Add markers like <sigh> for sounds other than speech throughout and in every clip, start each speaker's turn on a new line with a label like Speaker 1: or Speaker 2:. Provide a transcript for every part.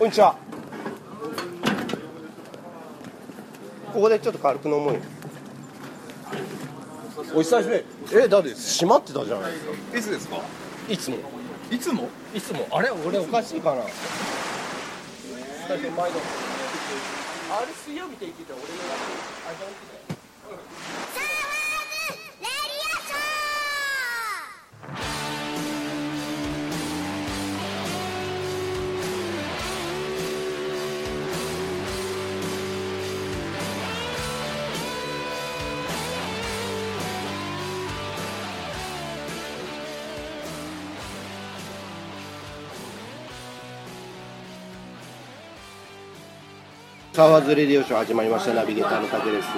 Speaker 1: こんにちはここでちょっと軽く飲もうよお久しぶりえだって閉まってたじゃないですか
Speaker 2: いつですか
Speaker 1: いつも
Speaker 2: いつも
Speaker 1: いつもあれ俺おかしいかな毎度
Speaker 3: レディオショー
Speaker 1: 沢津レディオショー始まりましたナビゲーターの竹です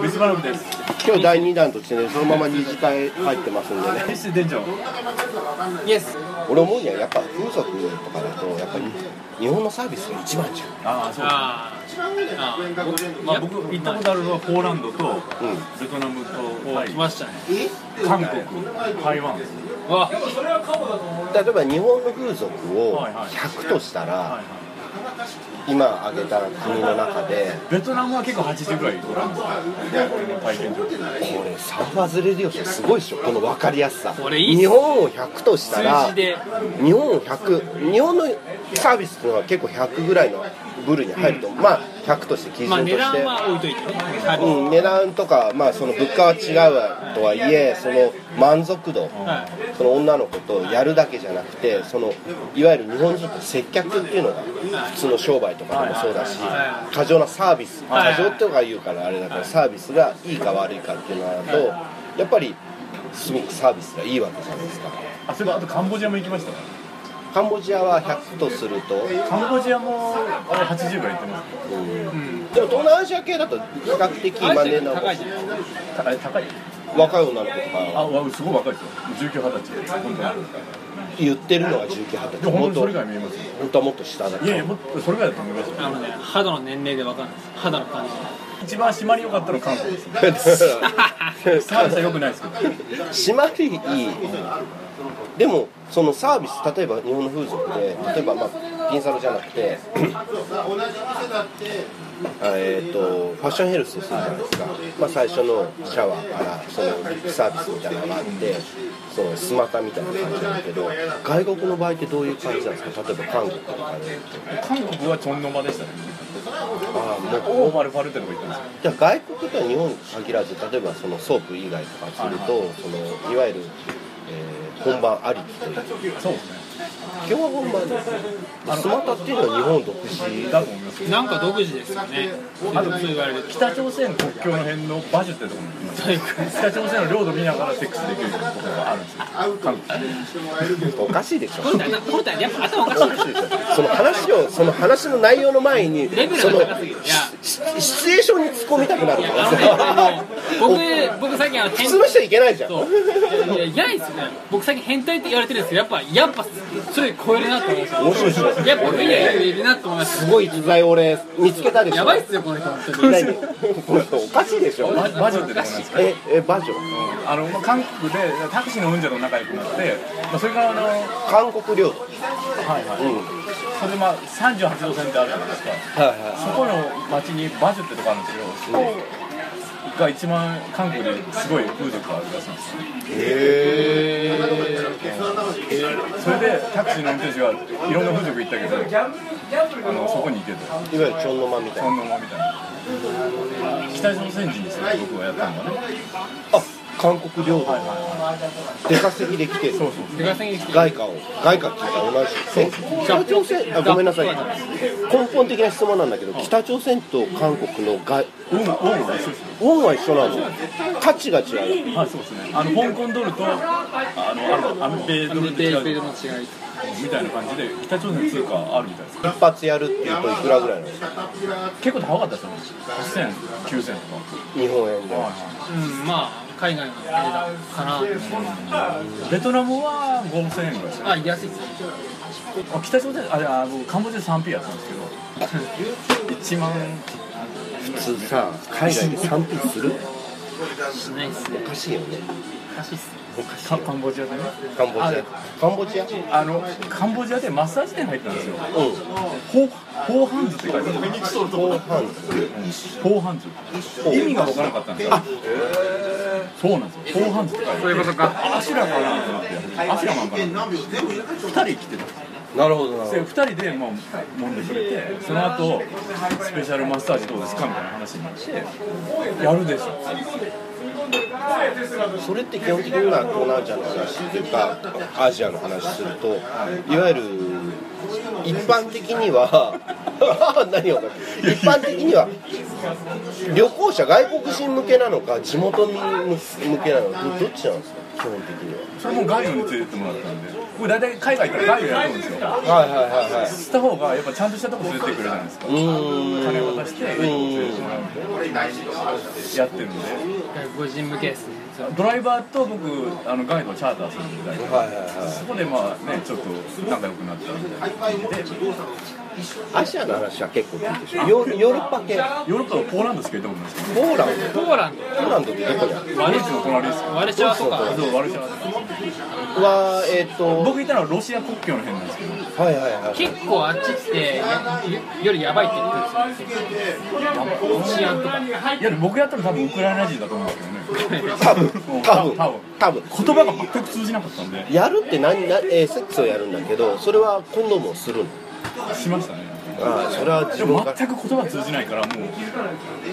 Speaker 2: ミスバルムです
Speaker 1: 今日第2弾としてねそのまま2次会入ってますんでね
Speaker 2: ッシュ店長
Speaker 1: 俺思うんややっぱ風俗とかだとやっぱり日本のサービスが一番じゃ
Speaker 2: ああそう
Speaker 4: あ
Speaker 2: ですまあ僕行ったことあるのはポーランドと
Speaker 1: んうん
Speaker 2: ベトナムと
Speaker 4: あ、
Speaker 2: タイ
Speaker 4: 来ましたね。
Speaker 2: 韓国台湾
Speaker 4: わ、
Speaker 1: 例えば日本の風俗を
Speaker 2: はいはい
Speaker 1: 100としたら、
Speaker 2: はいはい
Speaker 1: 今挙げた国の中で
Speaker 2: ベトナムは結構80ぐらいおらんですよ体験上
Speaker 1: これサーバーズレディオショーすごいでしょこの分かりやすさ
Speaker 4: これいいっす
Speaker 1: 日本を100としたら
Speaker 4: 数字で
Speaker 1: 日本を100日本のサービスっていうのは結構100ぐらいの部類に入ると思う、まあ100として基準
Speaker 4: まあ
Speaker 1: として、
Speaker 4: 値段は置いといてね。は
Speaker 1: うん、値段とか、まあ、その物価は違うとはいえその満足度、
Speaker 4: い。はい
Speaker 1: その女の子とやるだけじゃなくてそのいわゆる日本人と接客っていうのが普通の商売とかでもそうだし過剰なサービス
Speaker 4: はい
Speaker 1: 過剰とか言うからあれだけどサービスがいいか悪いかっていうのだとやっぱりすごくサービスがいいわけじゃないですか
Speaker 2: あそういえばあとカンボジアも行きましたね
Speaker 1: カンボジアは100とすると、うん
Speaker 2: カンボジアもあれ80ぐらい行ってます
Speaker 1: でも東南アジア系だと比較的今値段
Speaker 4: 高いじゃないですか。
Speaker 2: たあれ高い
Speaker 1: 若い女の子と
Speaker 2: あ
Speaker 1: か
Speaker 2: わすごい若いですよ19、20歳本当に
Speaker 1: 言ってるのが19、20
Speaker 2: い
Speaker 1: 歳
Speaker 2: や
Speaker 1: も
Speaker 2: 本
Speaker 1: っ
Speaker 2: 当にそ
Speaker 1: と
Speaker 2: れぐらい見えますよ
Speaker 1: 本当はもっと下だ
Speaker 2: いやいやもっとそれぐらいだと思いますよ
Speaker 4: あのね、肌の年齢でわかんないです。肌の感じ。
Speaker 2: 一番締まり良かったのは韓国ですね <laughs>
Speaker 1: から
Speaker 2: サービスは良くないですけど
Speaker 1: 締まりいいでもそのサービス例えば日本の風俗で例えばまあピンサロじゃなくてえー、とファッションヘルスするじゃないですか、まあ、最初のシャワーからそのサービスみたいなのがあってそのスマタみたいな感じなんだけど外国の場合ってどういう感じなんですか例えば韓国とかで
Speaker 2: 韓国はチョンノマでしたね
Speaker 1: ああもう
Speaker 2: オーバルファルテのが行ったんですよ
Speaker 1: じゃあ外国とは日本に限らず例えばそのソープ以外とかすると、そのいわゆる、えー本番ありきという
Speaker 2: そうですね
Speaker 1: 基本は本番ですよスマタっていうのは日本独自
Speaker 2: だと思います
Speaker 4: なんか独自ですよね。
Speaker 2: あと
Speaker 4: 普通言われると。
Speaker 2: 北朝鮮国境の辺の馬術ってところに行きました北朝鮮の領土見ながらセックスできるところがあるんですよ韓国
Speaker 1: おかしいでしょ
Speaker 4: コルタね、コルタやっぱ頭おかしい
Speaker 1: <laughs> おかしいでしょその話をその話の内容の前に
Speaker 4: レベ
Speaker 1: そ
Speaker 4: ル
Speaker 1: の
Speaker 4: が高すぎる。いや、
Speaker 1: シシチュエーションに突っ込みたくなる
Speaker 4: い
Speaker 1: から
Speaker 4: や、あ
Speaker 1: さ
Speaker 4: の
Speaker 1: <laughs>
Speaker 4: ね、あの、僕、僕最近あの、
Speaker 1: 普
Speaker 4: 変
Speaker 1: 通の人はいけないじゃん
Speaker 4: そう。いや、いやいですよね。僕最近変態って言われてるんですけど、やっぱ、やっぱ、それ超えるなって思いました。
Speaker 1: 面白いでしょ
Speaker 4: やっぱ、上にはいるなって思いまし
Speaker 1: すごい逸材俺見つけたで
Speaker 4: た。
Speaker 1: しょ
Speaker 4: やばいっすよ、この人、本当に。
Speaker 1: 何この人おかしいでしょ
Speaker 2: 馬馬術ってところなんですよ
Speaker 1: ええ馬女
Speaker 2: あの、まあ、韓国でタクシーの運者と仲良くなって、まあ、それからあの、は
Speaker 1: 韓国領土
Speaker 2: いはい
Speaker 1: うん
Speaker 2: それでまあ38度線ってあるじゃないですか
Speaker 1: はいはい
Speaker 2: そこの町に馬術ってとこあるんですけどそこが一番韓国ですごい風俗があるらしいんですよ
Speaker 1: へ
Speaker 2: それでタクシーの運転手がいろんな風俗行ったけどあのそこに行けと
Speaker 1: えいわゆるチョンの間みたい
Speaker 2: そ
Speaker 1: なん
Speaker 2: なまみたいな北朝鮮人ですね僕はやったのがね
Speaker 1: あ韓国領土出稼ぎで来てる
Speaker 2: そうそう
Speaker 4: <laughs> 出稼ぎに来て
Speaker 1: 外貨を外貨っていうか同じ北朝鮮あごめんなさい根本的な質問なんだけど北朝鮮と韓国の外
Speaker 2: オウムオウムは一緒ですね
Speaker 1: ウォンは一緒なの価値が違う
Speaker 2: はいそうですねあの香港ドルとあのアメ米ドル
Speaker 4: で
Speaker 2: と
Speaker 4: 米
Speaker 2: 違
Speaker 4: 米
Speaker 2: う
Speaker 4: の違い
Speaker 2: みたいな感じで北朝鮮通貨あるみたいです
Speaker 1: 一発やるっていうといくらぐらいなの
Speaker 2: 結構高かったですよ8000、9000と
Speaker 1: 日本円で
Speaker 4: うんまあ海外の値段かな
Speaker 2: かベトナムは5000円ぐらいです
Speaker 4: あ安いっす
Speaker 2: あ北朝鮮あれあ僕カンボジア 3P やったんですけ <laughs> ど1万
Speaker 1: 普通さ海外で賛否する
Speaker 4: しないっすね
Speaker 1: おかしいよね
Speaker 4: おかしいっすねカカンボジアでね
Speaker 1: カンボジアカンボジアうん
Speaker 2: あのカンボジアでマッサージ店入ったんですよホーホーハンズって書いてある
Speaker 1: 後半
Speaker 2: ホーハンズ意味が分からなかったんですよそうなんですよホーハンズって書いてある
Speaker 4: そういうことか
Speaker 2: アシュラかなと思ってアシュラマンかなと思って2人来てたんですよ
Speaker 1: なるほどな
Speaker 2: で2人でもう揉んでくれてその後スペシャルマッサージどうですかみたいな話になってやるでしょ
Speaker 1: それって基本的には東南アジアの話というかアジアの話するといわゆる一般的には <laughs> 何をか一般的には旅行者外国人向けなのか地元民向けなのかどっちなんですか基本的に
Speaker 2: それもガイドに連れてってもらったんで僕大体海外行ったらガイドやるんですよ
Speaker 1: ははいはいはいはい
Speaker 2: した方がやっぱちゃんとしたとこ連れてってくれるじゃないですか
Speaker 1: うーん
Speaker 2: 金渡していいとこ連れてってもらうんでやってるんで
Speaker 4: 外国人向けですね
Speaker 2: ドライバーと僕あのガイドをチャーターするんで大体
Speaker 1: はいはいはい
Speaker 2: そこでまあねちょっと仲良くなったみたいな感じで
Speaker 1: アジアの話は結構聞いてしまうヨーヨーロッパ系
Speaker 2: ヨーロッパのポーランドしか行ったことないですけど
Speaker 1: ポーランド
Speaker 4: ポーラン
Speaker 1: ポーランドってどこにある
Speaker 4: ド
Speaker 2: ワルシャワの隣ですよ
Speaker 4: ワルシャワとか
Speaker 2: そうワルシャワ
Speaker 1: はえっ、と
Speaker 2: 僕行ったのはロシア国境の辺なんですけど
Speaker 1: はいはいはい
Speaker 4: 結構あっちってよよりやばいって言ってるんですよ治安とか
Speaker 2: いやでも僕やったら多分ウクライナ人だと思うんですけどね
Speaker 1: 多分多分
Speaker 2: 多分
Speaker 1: 多分
Speaker 2: 言葉が全く通じなかったんで
Speaker 1: やるって何な、えーセックスをやるんだけどそれは今度もするの
Speaker 2: しましたね
Speaker 1: ああそれは
Speaker 2: で
Speaker 1: 自分
Speaker 2: も
Speaker 1: から
Speaker 2: 全く言葉通じないからもう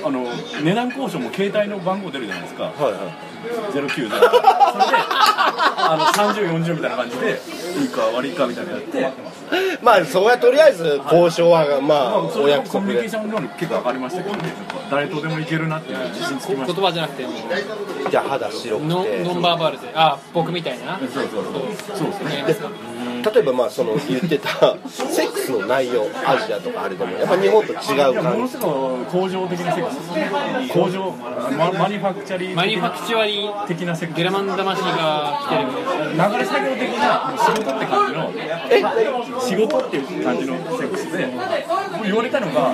Speaker 2: あの値段交渉も携帯の番号出るじゃないですか
Speaker 1: はいは
Speaker 2: 090それであの3040みたいな感じでいいか悪いかみたいなのやって、
Speaker 1: いまあそこはとりあえず交渉はま
Speaker 2: ま
Speaker 1: あ
Speaker 2: あ、そ
Speaker 1: お
Speaker 2: れでも
Speaker 1: 約
Speaker 2: コ
Speaker 1: 束
Speaker 2: ミュニケー
Speaker 1: で
Speaker 2: ション能力結構上がりましたけどねやっぱ誰とでもいけるなっていう自信つきまし
Speaker 4: 言
Speaker 2: た
Speaker 4: 葉じゃなくてもう
Speaker 1: じゃあ肌白く
Speaker 4: ノ
Speaker 1: て
Speaker 4: ンノンバーバルであ僕みたいな
Speaker 2: そうそうそうそうですね
Speaker 4: 違いますか
Speaker 1: 例えばまあその言って
Speaker 2: <laughs>
Speaker 1: たセックスの内容アジアとかあれでもやっぱ日本と違
Speaker 2: いうやもの
Speaker 1: 感じ
Speaker 2: すごく工場的なセックスですね工場ママニファクチャリ
Speaker 4: マニフ
Speaker 2: ー
Speaker 4: ァクチュアリー
Speaker 2: 的なセックス
Speaker 4: ゲラマン魂が来てるみたいな
Speaker 2: 流れ作業的な仕事って感じの
Speaker 1: え
Speaker 2: 仕事っていう感じのセックスで僕言われたのが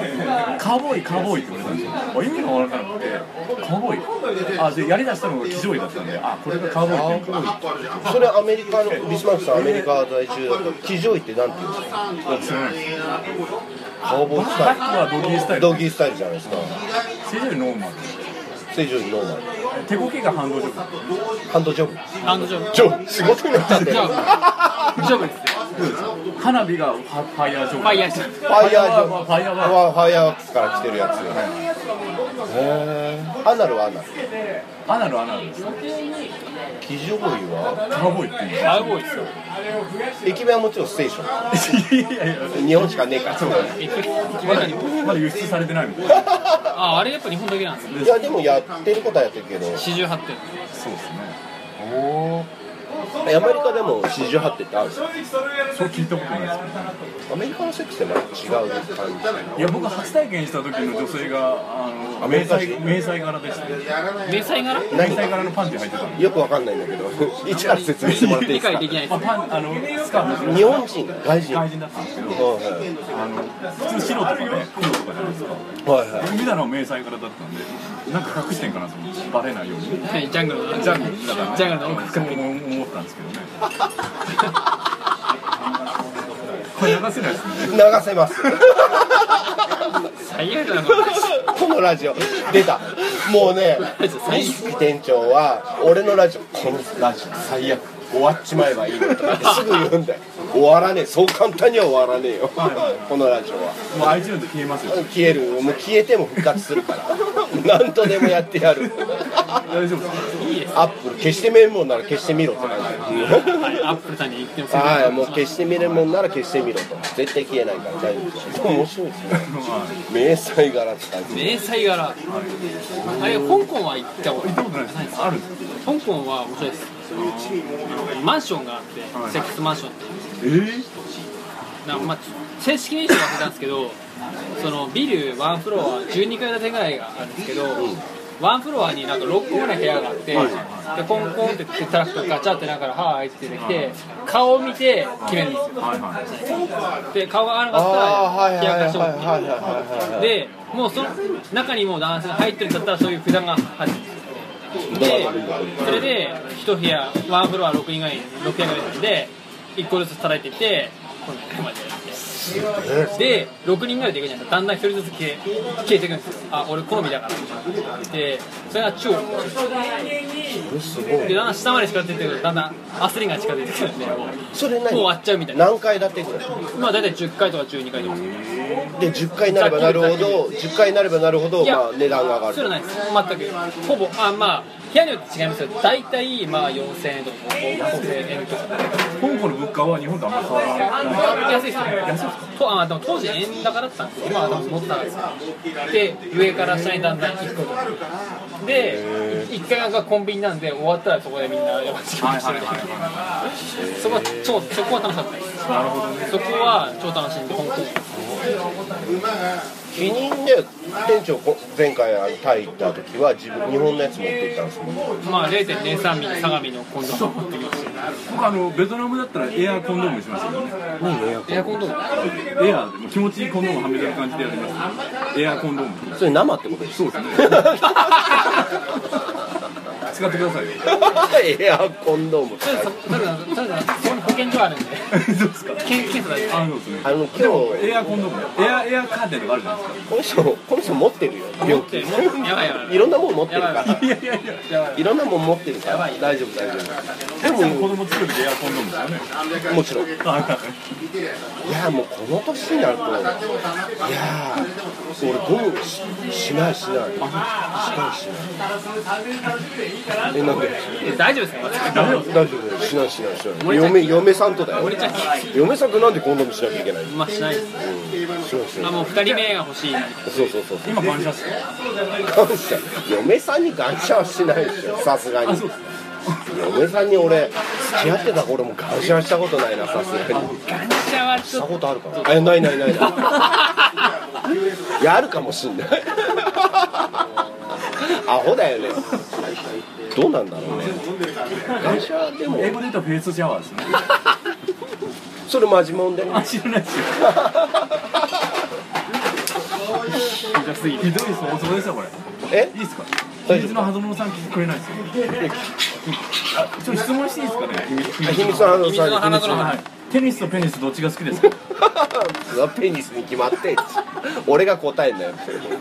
Speaker 2: カーボーイカーボーイって言われたんですよ意味が分からなくてカーボーイあでやりだしたのが騎乗位だったんであこれがカーボーイっていうのか
Speaker 1: それアメリカのビスマルクさんアメリカ在住だと騎乗位ってなんていうんですか
Speaker 2: 知らないです
Speaker 1: カーボンスタ
Speaker 2: バック
Speaker 1: イ
Speaker 2: はドギースタイ
Speaker 1: ル
Speaker 2: ル
Speaker 1: ドギースタイルじゃないですか
Speaker 2: 正常にノーマル
Speaker 1: 正常にノーマル
Speaker 2: 手こけがハンドジョブ
Speaker 1: ハンドジョブ
Speaker 4: ハンドジョブ
Speaker 1: ジョブ仕事になっちゃって
Speaker 4: ジ
Speaker 1: る
Speaker 4: ョブジョブです
Speaker 2: 花火がファファイヤージョブ
Speaker 4: ファイヤージョブ
Speaker 1: ファイヤージョブ
Speaker 2: ファイヤーは
Speaker 1: はファイヤーワークスから来てるやつ。へーアナルはアナル。
Speaker 2: アナルアナルです
Speaker 1: 騎乗位は
Speaker 2: カーボーイっていう
Speaker 4: アウボーイですよ
Speaker 1: 駅弁はもちろんステーショ
Speaker 2: の <laughs> いやいや
Speaker 1: ン。日本しかねえから。
Speaker 4: え結構
Speaker 2: まだ
Speaker 4: 中に
Speaker 2: まだ輸出されてないみたいな
Speaker 4: ああれやっぱ日本だけなんですね
Speaker 1: いやでもやってることはやってるけど、
Speaker 4: 四十八点
Speaker 2: そうですね
Speaker 1: アメリカでも四十八点ってあるんですよ。
Speaker 2: そう聞いたことないです
Speaker 1: アメリカのセックスってまた違う感
Speaker 2: いや僕初体験した時の女性があの
Speaker 1: アメ
Speaker 2: 迷
Speaker 1: リカ
Speaker 2: 彩
Speaker 1: 人
Speaker 2: 迷彩柄でしたね
Speaker 4: 迷彩柄
Speaker 1: じ。
Speaker 2: 迷
Speaker 1: 何
Speaker 2: 彩柄のパンテ履いてたんで
Speaker 1: が？よくわかんないんだけど、 <laughs> 一から説明してもらっていい
Speaker 4: 理
Speaker 1: です
Speaker 4: 解
Speaker 1: か
Speaker 4: で？きないで
Speaker 2: あパンあのスカーフ
Speaker 1: 日本人、外人。
Speaker 2: 外人だったんですけど
Speaker 1: はい
Speaker 2: あの普通白とかね黒とかじゃないですか
Speaker 1: はいはい。
Speaker 2: 僕見たのは迷彩柄だったんでなんか隠してんかなと思ってバレないように
Speaker 4: すはいジャングルの
Speaker 2: ジャングルだから
Speaker 4: ジャングルの音楽
Speaker 2: そう思ったんですけどねこれ流せないですね
Speaker 1: 流せます。
Speaker 4: 最悪だなこ
Speaker 1: こ
Speaker 4: れ
Speaker 1: のラジオ出たもうね錦店長は俺のラジオこのラジオ最悪終わっちまえばいいのとかってすぐ言うんだよ終わらねえそう簡単には終わらねえよこのラジオは
Speaker 2: もう iTunes で消えますよ
Speaker 1: 消えるもう消えても復活するから何とでもやってやる
Speaker 2: 大丈夫です
Speaker 4: いいです
Speaker 1: アップル消してみるもんなら消してみろって感じ
Speaker 4: はいアップルさんに言っても
Speaker 1: はいもう消してみるもんなら消してみろと絶対消えないから大丈夫です面白いですね迷彩柄って感じ
Speaker 4: 迷彩柄あれ香港は行ったこと
Speaker 2: 行ったことないですあるんです
Speaker 4: 香港は面白いですマンションがあってセックスマンションって
Speaker 2: えー
Speaker 4: なんかまあ正式名称忘れたんですけどそのビルワンフロア12階建てぐらいがあるんですけど、ワンフロアになんか6個ぐらい部屋があって、でコンコンって叩くとガチャってなんかはい」って出てきて顔を見て決めるんですよ
Speaker 2: はいはい
Speaker 4: で顔が合わな
Speaker 1: あ
Speaker 4: かった
Speaker 1: あはい
Speaker 4: ら
Speaker 1: は
Speaker 4: 冷
Speaker 1: いはい
Speaker 4: や
Speaker 1: はい
Speaker 4: かしてもら
Speaker 1: はいはいはい
Speaker 4: ってでもうその中にもう男性が入ってるんだったらそういう札が入ってるんですよでそれで1部屋ワンフロア6人ぐらい6部屋ぐらいなんで1個ずつ叩いていってこの辺までやってで6人ぐらいでいくじゃないですかだんだん1人ずつ消え消えていくんですよあ俺好みだからみたいなでそれが超
Speaker 1: れすご
Speaker 4: で
Speaker 1: い
Speaker 4: だんだん下まで近づいてくるとだんだんアスリンが近づいてくるんでもう
Speaker 1: それ何
Speaker 4: もう終わっちゃうみたいな
Speaker 1: 何回だってぐらい
Speaker 4: まあ大体10回とか12回とか
Speaker 1: で10回になればなるほど10回になればなるほど、
Speaker 4: いや
Speaker 1: まあ、値段が上
Speaker 4: それ
Speaker 1: が
Speaker 4: は
Speaker 1: る
Speaker 4: ないです全くほぼあまあ部屋によって違いますけど大体まあ4000円とか5000円とか
Speaker 2: 香港の物価は日本とあんまり変わらない
Speaker 4: 安いですねとあでも当時円高だったんですよ今は多分持ってたんですよで上から下にだんだん1個とかで1階がコンビニなんで終わったらそこでみんな山口県してる
Speaker 2: はいはい
Speaker 4: そこは超そこは楽しかったですなるほど、ね、そこは超楽しいんで本当に
Speaker 1: 記認で店長こ前回あのタイ行った時は自分日本のやつ持って行ったんですもんね
Speaker 4: まあ0.03ミリ相模のコンドーム持ってきました
Speaker 2: 僕あのベトナムだったらエアコンドームにしましたけどね
Speaker 4: エアコンドーム
Speaker 2: エアー気持ちいいコンドームはめてる感じでやりますエアーコンドーム
Speaker 1: それ生ってことです
Speaker 2: そうですね使ってくださいよ
Speaker 1: <laughs> エアコンドーム
Speaker 4: ただそただただそこに保健所あるんで
Speaker 2: どうですか
Speaker 4: 検検査だけ
Speaker 2: あそうですね
Speaker 1: あの今日
Speaker 2: エアーコンドームエアーエアーカーテンとかあるじゃないです
Speaker 1: この人この人持ってるよ
Speaker 4: 持
Speaker 1: 病
Speaker 4: って
Speaker 1: 気
Speaker 4: る持ってるやばいやばい
Speaker 1: いろんなもん持ってるか
Speaker 4: やば
Speaker 1: ら
Speaker 2: かいやいやいや
Speaker 4: やばい
Speaker 1: いろんなもん持ってるから
Speaker 4: やばい
Speaker 1: 大丈夫大丈
Speaker 2: でも子供作る時エアーコンドームですよね
Speaker 1: 夫もちろんい
Speaker 2: はいはい
Speaker 1: やもうこの年になるといやー俺ゴムししないしないしないしないえなんで
Speaker 4: え大丈夫ですか
Speaker 2: ダメよ
Speaker 1: 大丈夫だよしないしないしない嫁嫁さんとだよ
Speaker 4: 俺ちゃん
Speaker 1: 嫁さんとなんでコンドームしなきゃいけないの
Speaker 4: まあしないです
Speaker 1: しないしな
Speaker 4: あ
Speaker 1: い
Speaker 4: もう2人目が欲しいなみたい
Speaker 1: そうそうそうそう
Speaker 2: 今感謝して
Speaker 1: 感謝嫁さんに感謝はしないでしょさすがに嫁さんに俺付き合ってた頃も感謝はしたことないなさすがに
Speaker 4: な感謝はち
Speaker 1: し
Speaker 4: ょ
Speaker 1: た
Speaker 4: っ
Speaker 1: ことあるかなえないないないないいやあるかもしんないアホだよねどうなんだろうね感謝でも
Speaker 2: 英語で言うとフェイスシャワーですね
Speaker 1: それマジモンで
Speaker 2: あ知らないですよ <laughs>
Speaker 4: とすぎ
Speaker 2: ひどいですおそですよこれい
Speaker 1: え
Speaker 2: いですか秘
Speaker 1: 大丈夫
Speaker 2: 密のハドノさん聞いてくれないですよちょっと質問していいですかね秘密秘密
Speaker 1: 秘密の話
Speaker 4: 秘密の話の
Speaker 2: はいテニスとペニスどっちが好きですか
Speaker 1: ペニスに決まってんし俺が答えんだよ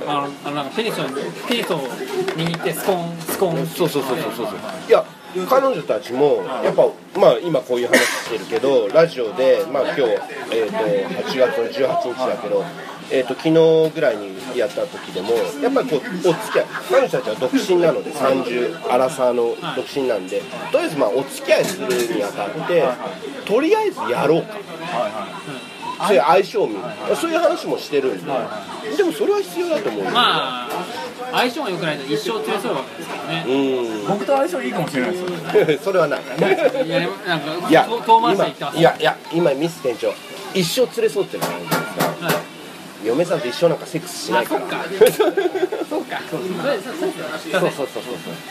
Speaker 4: あのあのなんかテニスをテニスを握ってスコーンスコーンそうそうそうそうそう
Speaker 1: いや彼女たちもやっぱまあ今こういう話してるけどラジオでまあ今日えっ、と8月の18日だけど。えー、と昨日ぐらいにやった時でもやっぱりこうお付き合い彼女たちは独身なので30アラサーの独身なんでとりあえずまあお付き合いするにあたってとりあえずやろうかそういう相性を見るそういう話もしてるんででもそれは必要だと思うよ
Speaker 4: まあ相性が良くないと一生連れ添うわけですからね
Speaker 1: うーん
Speaker 2: 僕と相性いいかもしれないですよ
Speaker 1: それはない
Speaker 4: いやなんか
Speaker 1: いや、
Speaker 4: 遠遠回しで言ってます
Speaker 1: 今いやいや今ミス店長一生連れそうってのがあるんですか
Speaker 4: はい
Speaker 1: 嫁さんと一生なんかセックスしな
Speaker 4: あ
Speaker 1: いか
Speaker 4: そっ
Speaker 1: ら
Speaker 4: か
Speaker 1: そう
Speaker 4: そうかそうそう
Speaker 1: そうそ
Speaker 4: そう
Speaker 1: うそう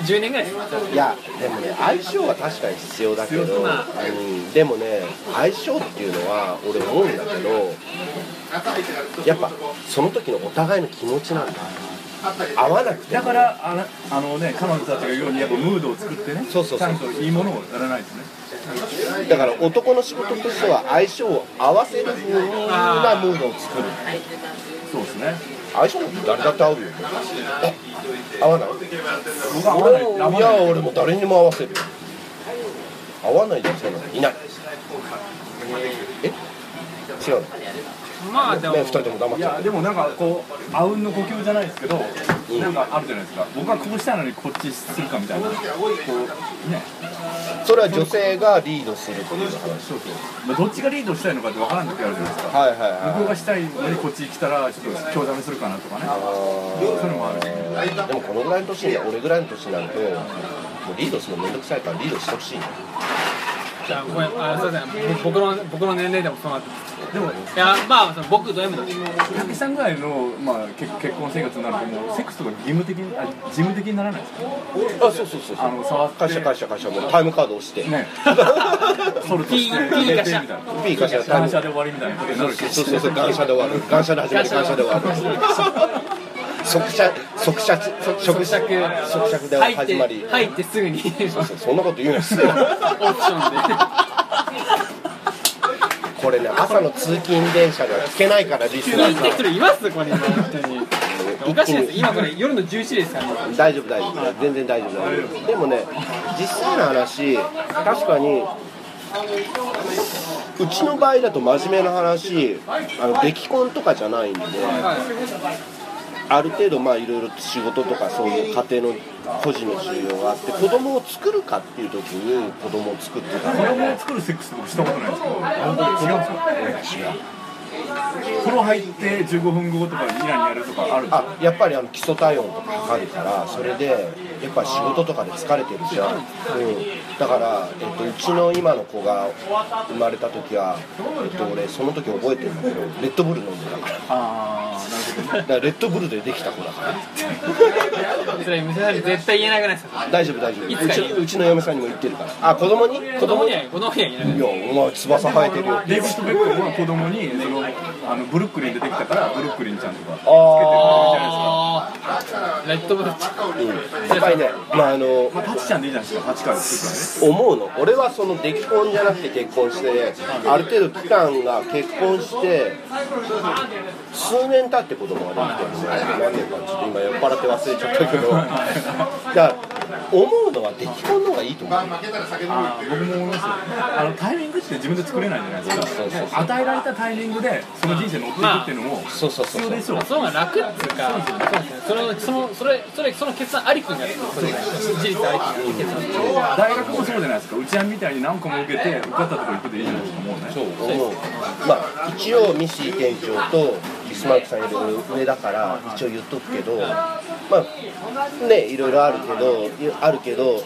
Speaker 4: 10年ぐらいです
Speaker 1: いやでもね相性は確かに必要だけど、
Speaker 4: 必要だ
Speaker 1: うん、でもね相性っていうのは俺思うんだけどやっぱその時のお互いの気持ちなんだ合わなくて
Speaker 2: だ
Speaker 1: も
Speaker 2: からあのあのね彼女たちが言うようにやっぱムードを作ってね
Speaker 1: そうそうそう
Speaker 2: ちゃんといいものをやらないとね
Speaker 1: だから男の仕事としては相性を合わせる風なムードを作る
Speaker 2: そうですね
Speaker 1: 相性って誰だって合うよね合わない
Speaker 2: 僕は合わない合わな
Speaker 1: い
Speaker 2: い
Speaker 1: や俺も誰にも合わせる合わない女性なんていないえ違うの
Speaker 4: まあでも
Speaker 1: ね二人とも黙っ
Speaker 2: い
Speaker 1: ちゃ
Speaker 2: や
Speaker 1: って
Speaker 2: でもなんかこうあうんの呼吸じゃないですけど、なんかあるじゃないですか僕はこうしたいのにこっちするかみたいなこうね
Speaker 1: それは女性がリードするっていう話
Speaker 2: そうそう、まあ、どっちがリードしたいのかって分からん時あるじゃないですか
Speaker 1: はいはい
Speaker 2: 向こう
Speaker 1: は
Speaker 2: がしたいのにこっち来たらちょっと興ざめするかなとかねそういうのもあるし
Speaker 1: いでもこのぐらいの年に俺ぐらいの年になるともうリードするのめんどくさいからリードしてほしいね
Speaker 4: じゃあごめんあすいません僕の僕の年齢でもそうなってます
Speaker 2: でも
Speaker 4: いやまあその僕と M だ
Speaker 2: たけさんぐらいの、まあ、結結婚生活になるともうセックスとか義務的にあ事務的にならないですか
Speaker 1: あそうそうそうそ
Speaker 2: あ
Speaker 1: う
Speaker 2: の触って
Speaker 1: 会社会社会社もうタイムカード押して
Speaker 2: ねソルトして
Speaker 4: ピーピーガシャ
Speaker 2: みたいな
Speaker 1: P 会社タイ
Speaker 2: 感
Speaker 1: ム
Speaker 2: 謝で終わりみたいなことになるし
Speaker 1: そうそうそう、感謝で終わる。感謝で始まり、感謝で終わる。即射即射即射即射で
Speaker 4: 入っ
Speaker 1: 始まり
Speaker 4: て入ってす
Speaker 1: <laughs>
Speaker 4: ぐにオプショ
Speaker 1: そうそんなこと言うなっすよ
Speaker 4: ン
Speaker 1: これね朝の通勤電車では聞けないからリス <laughs> ナー
Speaker 4: で聞いてる
Speaker 1: さ
Speaker 4: 人いますこれ今本当に
Speaker 1: ん
Speaker 4: おかしいです今これ夜の11時ですからね
Speaker 1: 大丈夫大丈夫全然大丈夫大丈夫でもね実際の話確かにうちの場合だと真面目な話あの出来婚とかじゃないんで
Speaker 4: はい
Speaker 1: ある程度まあいろいろ仕事とかそういう家庭の個人の需要があって子供を作るかっていう時に子供を作ってた
Speaker 2: 子供を作るセックスとかしたことないですけど本当に違うんですか風呂入って15分後とかにイラにやるとかあるんですか
Speaker 1: あやっぱりあの基礎体温とか測るからそれでやっぱ仕事とかで疲れてるじゃん、うん、だから、えっと、うちの今の子が生まれた時は、えっと、俺その時覚えてるんだけどレッドブル飲んでたから
Speaker 2: あーなるほど
Speaker 1: だからレッドブルでできた子だから
Speaker 4: それ娘さんに絶対言えなくないですか
Speaker 1: 大丈夫大丈
Speaker 4: い
Speaker 1: 夫
Speaker 4: つ
Speaker 1: う
Speaker 4: か
Speaker 1: ち
Speaker 4: 言う
Speaker 1: うちの嫁さんにも言ってるからあ子供に
Speaker 4: 子
Speaker 1: 子
Speaker 4: 供
Speaker 1: 供に
Speaker 4: には子供には言えなくない
Speaker 1: いやお前翼生えてるよ
Speaker 2: デイビッド・ベックは子供にそのあのブルックリン出てきたからブルックリンちゃんとかつけてるじゃないですか
Speaker 4: あーレッドブル
Speaker 1: うんやっぱりね、まあ、あの
Speaker 2: まあ、タチちゃんでいいじゃないですか8から作っ
Speaker 1: 思うの俺はその出来婚じゃなくて結婚してある程度期間が結婚して数年経って子供ができてるんで何年かちょっと今酔っ払って忘れちゃったけ <laughs> どだから思うのは出来婚の方がいいと思う
Speaker 2: たらね僕も思いますよあのタイミングって自分で作れないじゃないですか
Speaker 1: そうそうそう
Speaker 2: 与えられたタイミングでその人生乗っていくっていうのも
Speaker 1: そうそうそ
Speaker 2: 必
Speaker 1: うそ
Speaker 2: 要で
Speaker 1: う
Speaker 2: しょう
Speaker 4: そうが楽っつうかそのそのそれそれその決断ありくんがやるそれ事実ありくんが決断
Speaker 2: 大学もそうじゃないですかうちはみたいに何個も受けて受かったとこ行くでいいじゃないですかもうね
Speaker 1: そう思うまあ一応ミシー店長とリスマークさんより俺上だから一応言っとくけどまあねいろいろあるけどいあるけど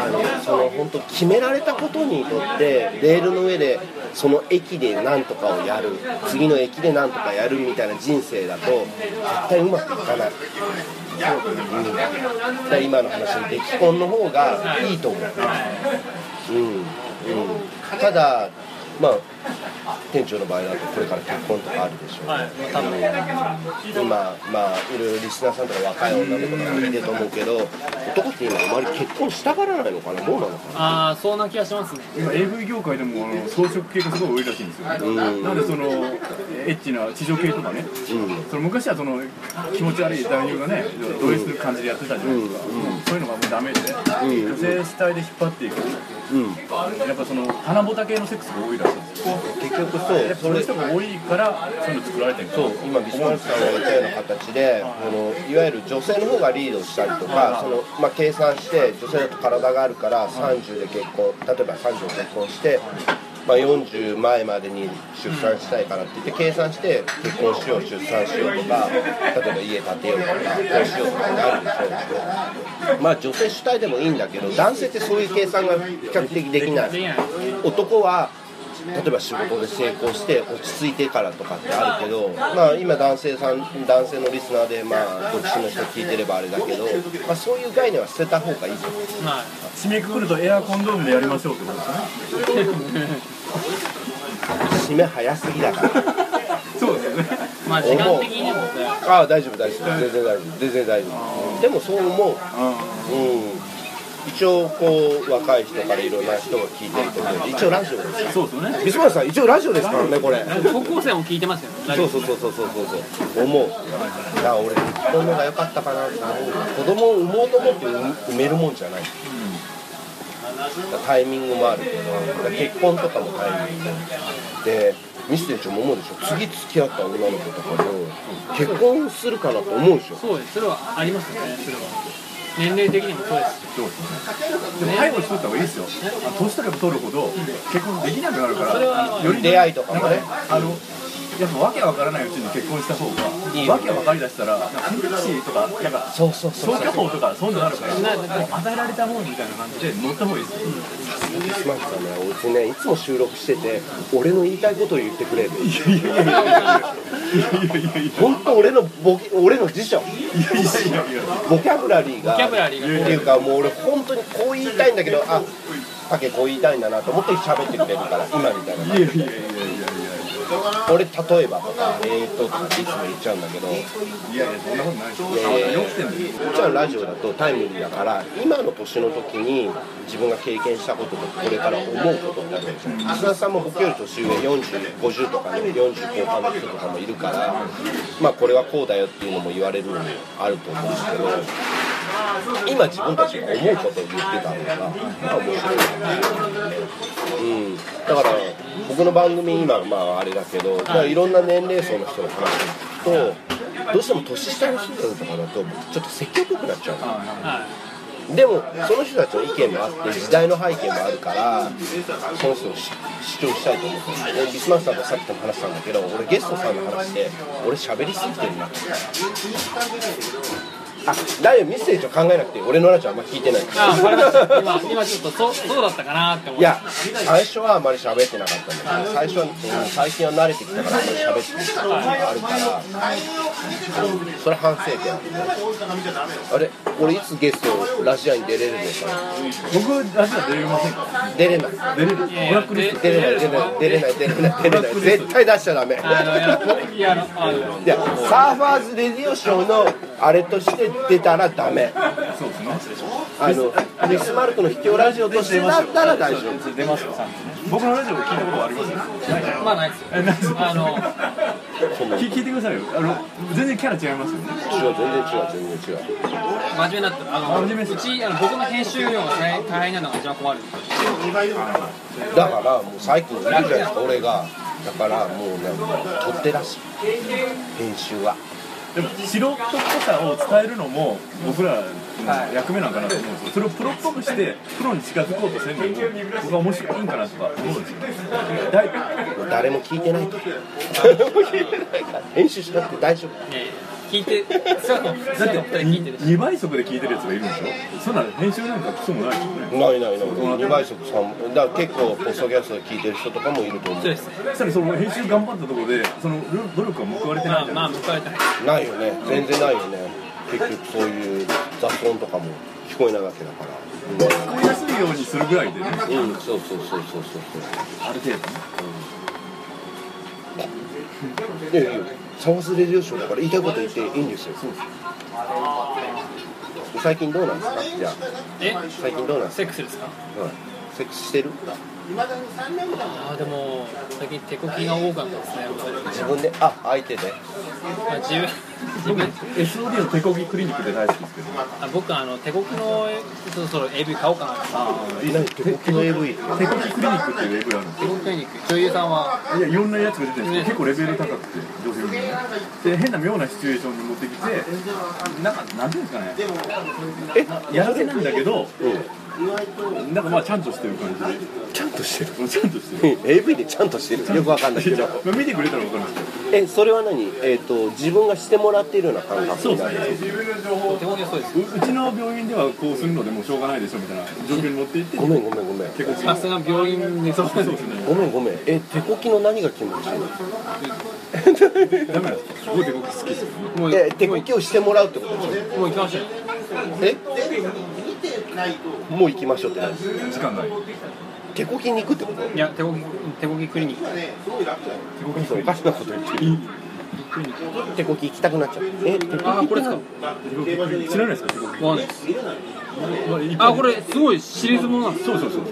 Speaker 1: あのその本当決められたことにとってレールの上でその駅で何とかをやる次の駅で何とかやるみたいな人生だと絶対うまくいかない。うんだから今の話の出来婚の方がいいと思う。うんうん、ただ、まあ、店長の場合だとこれから結婚とかあるでしょう、
Speaker 4: はい多分
Speaker 1: 今、まあ、いろいろリスナーさんとか若い女の子とか見てると思うけど男って今あまり結婚したがらないのかなどうなのか
Speaker 4: ああそうな気がしますね
Speaker 2: 今 AV 業界でもあの装飾系がすごい多いらしいんですよ
Speaker 1: ん
Speaker 2: なんでそのエッチな地上系とか
Speaker 1: な、
Speaker 2: ね
Speaker 1: うん
Speaker 2: その昔はその気持ち悪い男優がね同意する感じでやってたじゃないですか、そういうのがもうダメで、女性主体で引っ張っていく、
Speaker 1: うん、
Speaker 2: やっぱその花ぼた系のセックスが多いらしいんですよ
Speaker 1: 結局
Speaker 2: やっぱ
Speaker 1: そ
Speaker 2: そううい
Speaker 1: そうれ
Speaker 2: 人が多いからそういうの作られてる
Speaker 1: そう今ビスマルクさんが言ったような形でこのいわゆる女性の方がリードしたりとかその、まあ、計算して女性だと体があるから30で結婚例えば30で結婚して、まあ、40前までに出産したいからって言って計算して結婚しよう出産しようとか例えば家建てようとかこうしようとかになるでしょうけどまあ女性主体でもいいんだけど男性ってそういう計算が比較的できない
Speaker 4: できない
Speaker 1: 男は例えば仕事で成功して落ち着いてからとかってあるけど、まあ、今男性さん男性のリスナーで、まあ、独身の人聞いてればあれだけど、まあ、そういう概念は捨てた方がいいと思う
Speaker 4: まあ
Speaker 2: 締めくくるとエアコンドームでやりましょうってことですね
Speaker 1: 締め早すぎだから
Speaker 2: そうですよね
Speaker 4: まあ時間的にもね
Speaker 1: ああ大丈夫大丈夫全然大丈夫全然大丈夫でもそう思ううん一応こう若い人からいろんな人が聞いてると思うんで一応ラジオです
Speaker 2: そうですよね
Speaker 1: ビスマルさん一応ラジオですからねこれ
Speaker 4: 高校生も聞いてますよね
Speaker 1: そうそうそうそうそうそうそう思うだから俺子供が良かったかなって思う子供を産もうと思って産めるもんじゃない、だからタイミングもあるけどだから結婚とかもタイミングでミス店長も思うでしょ次付き合った女の子とかも結婚するかなと思うでしょ
Speaker 4: そうですそれはありますよねそれは年齢的にもそうですし
Speaker 2: そうですよねでも配慮しとった方がいいですよあ年取れば取るほど結婚できなくなるからあのより
Speaker 1: 出会いとか
Speaker 2: なん
Speaker 1: も
Speaker 2: か
Speaker 1: ね
Speaker 2: ね、あの、やっぱわけわからないうちに結婚した方
Speaker 1: いい
Speaker 2: が、
Speaker 1: よ
Speaker 2: わけわかりだしたら、なんか選択肢とか、なんか、
Speaker 1: そうそうそう
Speaker 2: 消去
Speaker 1: そう
Speaker 2: 法とか、そういうのあるから、与えられたもんみたいな感じで乗った方がいいですよ。
Speaker 1: スマイルさんねおうちねいつも収録してて俺の言いたいことを言ってくれる本当俺のボケ俺の辞書
Speaker 2: いやいやいやいや、
Speaker 1: ボキャブラリーが
Speaker 4: ボキャブラリーが
Speaker 1: っていうかもう俺本当にこう言いたいんだけどあタケこう言いたいんだなと思って喋ってくれるから今みたいな感じ
Speaker 2: いやいやいやいやいや
Speaker 1: 俺例えばとか例とかっていつも言っちゃうんだけど
Speaker 2: いやいやそんなことないですよ
Speaker 1: え
Speaker 2: よくても
Speaker 1: ーうちらのラジオだとタイムリーだから今の年の時に自分が経験したこととかこれから思うことになるでしょ石田さんも僕より年上4050とかの40後半の人とかもいるからまあこれはこうだよっていうのも言われるのもあると思うんですけど今自分たちが思うことを言ってたのがまあ面白いなうん、だから僕の番組今まああれだけど、まあ、いろんな年齢層の人の話を聞くとどうしても年下の人たちとかだとちょっと積極よくなっちゃう
Speaker 4: は
Speaker 1: でもその人たちの意見もあって時代の背景もあるからその人をし主張したいと思ってるでビスマスさんとさっきも話したんだけど俺ゲストさんの話で俺喋りすぎてるなってあだよメッセージを考えなくていい俺のラジオあんま聞いてない
Speaker 4: あわかりました今今ちょっとそそうだったかなって思
Speaker 1: い
Speaker 4: って
Speaker 1: や、最初はあまり喋ってなかったんだけど、最初は、うん最近は慣れてきたから、あんまり喋ってないのがあるから、それ反省点あるね。あれ、俺いつゲストラジアに出れるのか
Speaker 2: 僕ラジオ出れませんか
Speaker 1: な出れない。
Speaker 2: 出れる
Speaker 4: いやい
Speaker 2: ブ
Speaker 4: や
Speaker 2: ラックリスト
Speaker 1: 出れない、出れない、出れない、出れない、出れない、絶対出しちゃダメ。
Speaker 4: あのいや僕いやあのあの
Speaker 1: いや、サーファーズレディオショーのあれとして出たらダメ。
Speaker 2: そうですね
Speaker 1: あの、ミスマルクの秘境ラジオとしてだったら大丈夫。
Speaker 2: 出ますよちゃんと僕のラジオ聞いたことあります
Speaker 4: まあないですよ
Speaker 2: えないです
Speaker 4: あの
Speaker 2: 聞聞いてくださいよあの全然キャラ違いますよね
Speaker 1: 違う、全然違う、全然違う。
Speaker 4: 真面目になったらあ
Speaker 2: 真面目
Speaker 4: の
Speaker 2: で
Speaker 4: う
Speaker 2: す
Speaker 4: ちあの僕の編集量が大大変なのが一番困る
Speaker 1: だからもう最近いるじゃないですか俺がだからもうなんか取ってらしい編集は
Speaker 2: でも素人っぽさを伝えるのも僕らの役目なんかなと思うんですよそれをプロっぽくしてプロに近づこうとせんでも僕は面白いんかなとか思うんですよだい
Speaker 1: もう誰も聞いてないから誰も聞いてないから編集しなくて大丈夫
Speaker 4: ね聞いてそう <laughs> だって
Speaker 2: だって
Speaker 4: 聞いてるし
Speaker 2: 2倍速で聞いてるやつがいるんでしょそんなの編集なんかクソもないですよね
Speaker 1: ないないない2倍速3だから結構ポストキャストで聞いてる人とかもいると思
Speaker 4: そう
Speaker 1: う
Speaker 4: ですね
Speaker 2: そしたらその編集頑張ったところでその努力は報われてない
Speaker 4: まあ
Speaker 2: じゃ
Speaker 4: ま
Speaker 2: な
Speaker 4: あ
Speaker 2: い
Speaker 4: 向かれたら
Speaker 1: ないよね全然ないよね結局そういう雑音とかも聞こえないわけだから
Speaker 2: 聞こえやすいようにするぐらいでね
Speaker 1: うん、うん、そうそうそうそうそうそ
Speaker 2: ある程度ね
Speaker 1: ういやいやサワスレディオショーだから言いたいこと言っていいんですよ最近どうなんですかじゃあ
Speaker 4: え
Speaker 1: 最近どうなんですか
Speaker 4: セックスですか
Speaker 1: はい、セックスしてる
Speaker 4: ああでも最近手こきが多かったですね
Speaker 1: 自分であ相手で
Speaker 4: まあ自分自
Speaker 2: 僕
Speaker 4: 分
Speaker 2: SOD の手こぎクリニックで大好きですけど
Speaker 4: あ僕あの手こきのそろそろ AV 買おうかなって
Speaker 1: 何手こきの AV って
Speaker 2: 手こきクリニックっていう AV あるんですよ
Speaker 4: 手こきクリニック女優さんはい
Speaker 2: や、いろんなやつが出てるんですけど、結構レベル高くて、女性で、変な妙なシチュエーションに持ってきて、なんか、なんていうんですかね、えやらせなんだけど、なんかまあ、ちゃんとしてる感じ
Speaker 1: ちゃんとしてる
Speaker 2: で、ちゃんとしてる。
Speaker 1: AV でちゃんとしてるよくわかんないけ <laughs> ど
Speaker 2: まあ見てくれたら分かるんですけ
Speaker 1: えそれは何えっ、と自分がしてもらっているような感覚
Speaker 2: ど、そう
Speaker 1: に
Speaker 2: で
Speaker 1: なる
Speaker 2: すね、自分の情報
Speaker 4: 手こきはそうです
Speaker 2: ううちの病院ではこうするので、もうしょうがないでしょみたいな状況に持っていって、
Speaker 1: ごめんごめんごめん
Speaker 2: 結構、
Speaker 4: さすが病院でそう
Speaker 2: そうですね、
Speaker 1: ごめんごめんえ手こきの何が気持ちいいの
Speaker 2: ダメなんですか、僕、手こき好きですよ、
Speaker 4: もう
Speaker 1: え手こきをしてもらうってことでし
Speaker 4: もう行きまし
Speaker 1: ょえもう行きましょ
Speaker 4: ょうよ
Speaker 1: うって何
Speaker 2: 時間ない、
Speaker 1: 手こきに行くってこと
Speaker 4: いや手こき手こきクリニック
Speaker 2: 手こき
Speaker 1: おかしなこと言ってる手こき行きたくなっちゃうえ手こき
Speaker 4: あこれですか
Speaker 2: 知らないですか、手こ
Speaker 4: わかんないですあこれすごいシリーズものなんで
Speaker 2: き、
Speaker 4: す
Speaker 2: そうそうそう、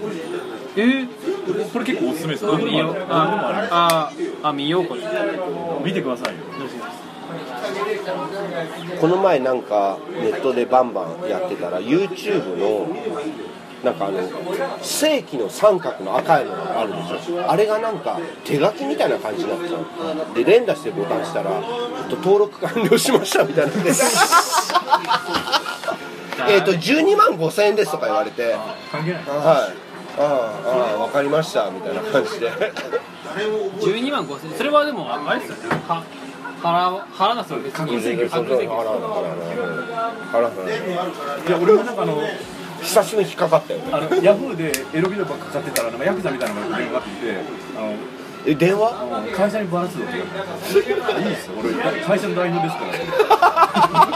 Speaker 4: えー、
Speaker 2: これ結構おすすめですよ、どこで
Speaker 4: 見
Speaker 2: もある
Speaker 4: よう
Speaker 2: どこでもある。
Speaker 4: あああ見ようこれ
Speaker 2: 見てくださいよ
Speaker 1: この前なんかネットでバンバンやってたら YouTube のなんかあの正規の三角の赤いのがあるでしょあれがなんか手書きみたいな感じになってたで連打してボタンしたらえっと登録完了しましたみたいなえっと12万5千円ですとか言われてはい
Speaker 2: 関係ない
Speaker 1: ああああ分かりましたみたいな感じで
Speaker 4: 12万5000それはでもあれですよねは払う払わなくても別に確
Speaker 1: 払
Speaker 4: 定
Speaker 1: う払う払う払う
Speaker 2: いや俺もなんかあの
Speaker 1: 久しぶりに引っかかったよね
Speaker 2: あのヤフーでエロビデオばっか買ってたらなんかヤクザみたいなのが電話がかかってきて
Speaker 1: え電話
Speaker 2: あのあの会社にバラすぞって言われていいですよ俺会社の代表ですから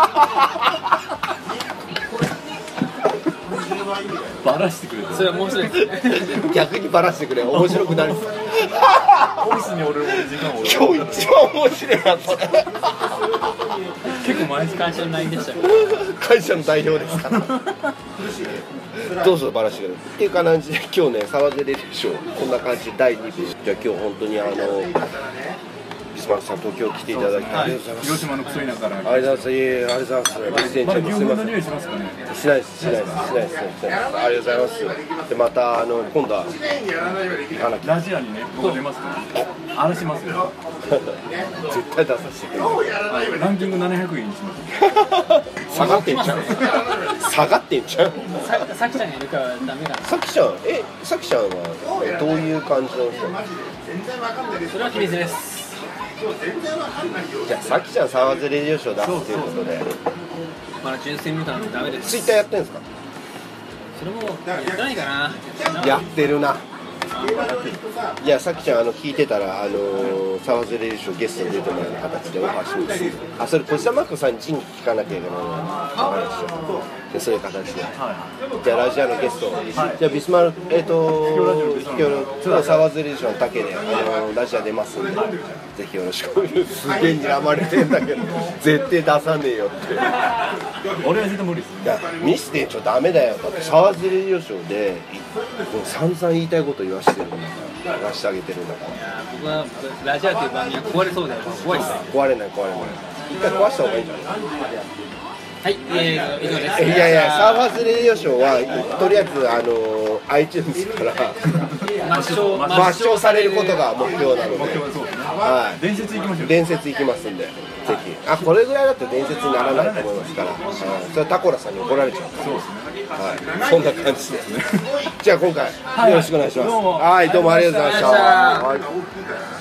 Speaker 2: バラしてくれて
Speaker 4: それは面白いですね
Speaker 1: 逆にバラしてくれ面白くなる
Speaker 2: オフィスにおる時間俺
Speaker 1: 今日一番面白いなそれ
Speaker 4: 結構毎日会社の LINE でしたよ
Speaker 1: 会社の代表ですからどうぞバラしてくださいっていう感じで今日ね沢尻レディショーこんな感じで第2部じゃあ今日本当にあのビスマルクさん東京来ていただきありがとうございます
Speaker 2: 広島のクソ田舎から
Speaker 1: ありがとうございますいえいえありがとうございますすい
Speaker 2: まだ
Speaker 1: ません
Speaker 2: 牛糞の
Speaker 1: すいません
Speaker 2: 匂いしますかね
Speaker 1: しないですしないですしないですしないですありがとうございますでまたあの今度は花木
Speaker 2: ラジアにね僕出ますからあれしますよ
Speaker 1: 絶対出させてくれない
Speaker 2: ランキング700位にします
Speaker 1: 下がってんじゃん下がってんじゃん
Speaker 4: ささきちゃんがいるからダメだな
Speaker 1: さきちゃんえさきちゃんはどういう感じの人
Speaker 4: それは秘密です
Speaker 1: じゃあさきちゃん沢津レディオショー出すということで
Speaker 4: まだ純粋無駄なんでダメです
Speaker 1: ツイッターやってんですか
Speaker 4: それもやってないかな
Speaker 1: やってるないやさきちゃんあの聞いてたらあのー沢津レディオショーゲストに出てもらう形でお話しますあそれ小島真子さんちに聞かなきゃいけないな話をでそういう形で
Speaker 2: はい
Speaker 1: じゃあラジアのゲスト、じゃあビスマルクえっ、と今日の沢釣りの竹であのラジア出ますんで、ぜひよろしくお願いします。すげえ睨まれてんだけど、絶対出さねえよって。い
Speaker 2: 俺は絶対無理です
Speaker 1: や見せてちょっとダメだよ。だって沢釣り旅賞でもう散々言いたいこと言わしてるんだから、言わしてあげてるんだから。
Speaker 4: 僕はラジアという番組は壊れそうだよ怖いです
Speaker 1: 壊れない壊れない。一回壊した方がいいんじゃない。
Speaker 4: はい、えー、以上です
Speaker 1: いやいや、サーファーズレディオショーは、とりあえず、あの iTunes から
Speaker 4: 抹消抹
Speaker 1: 抹消されることが目標なので、
Speaker 2: そうですね
Speaker 1: はい。
Speaker 2: 伝説行きましょう
Speaker 1: 伝説行きますんで、ぜひ。あ、これぐらいだと伝説にならないと思いますから、うんそれはタコラさんに怒られちゃうから。はい、そんな感じですね。じゃあ今回、よろしくお願いします。
Speaker 2: どうも
Speaker 1: はい、どうもありがとうございました。はい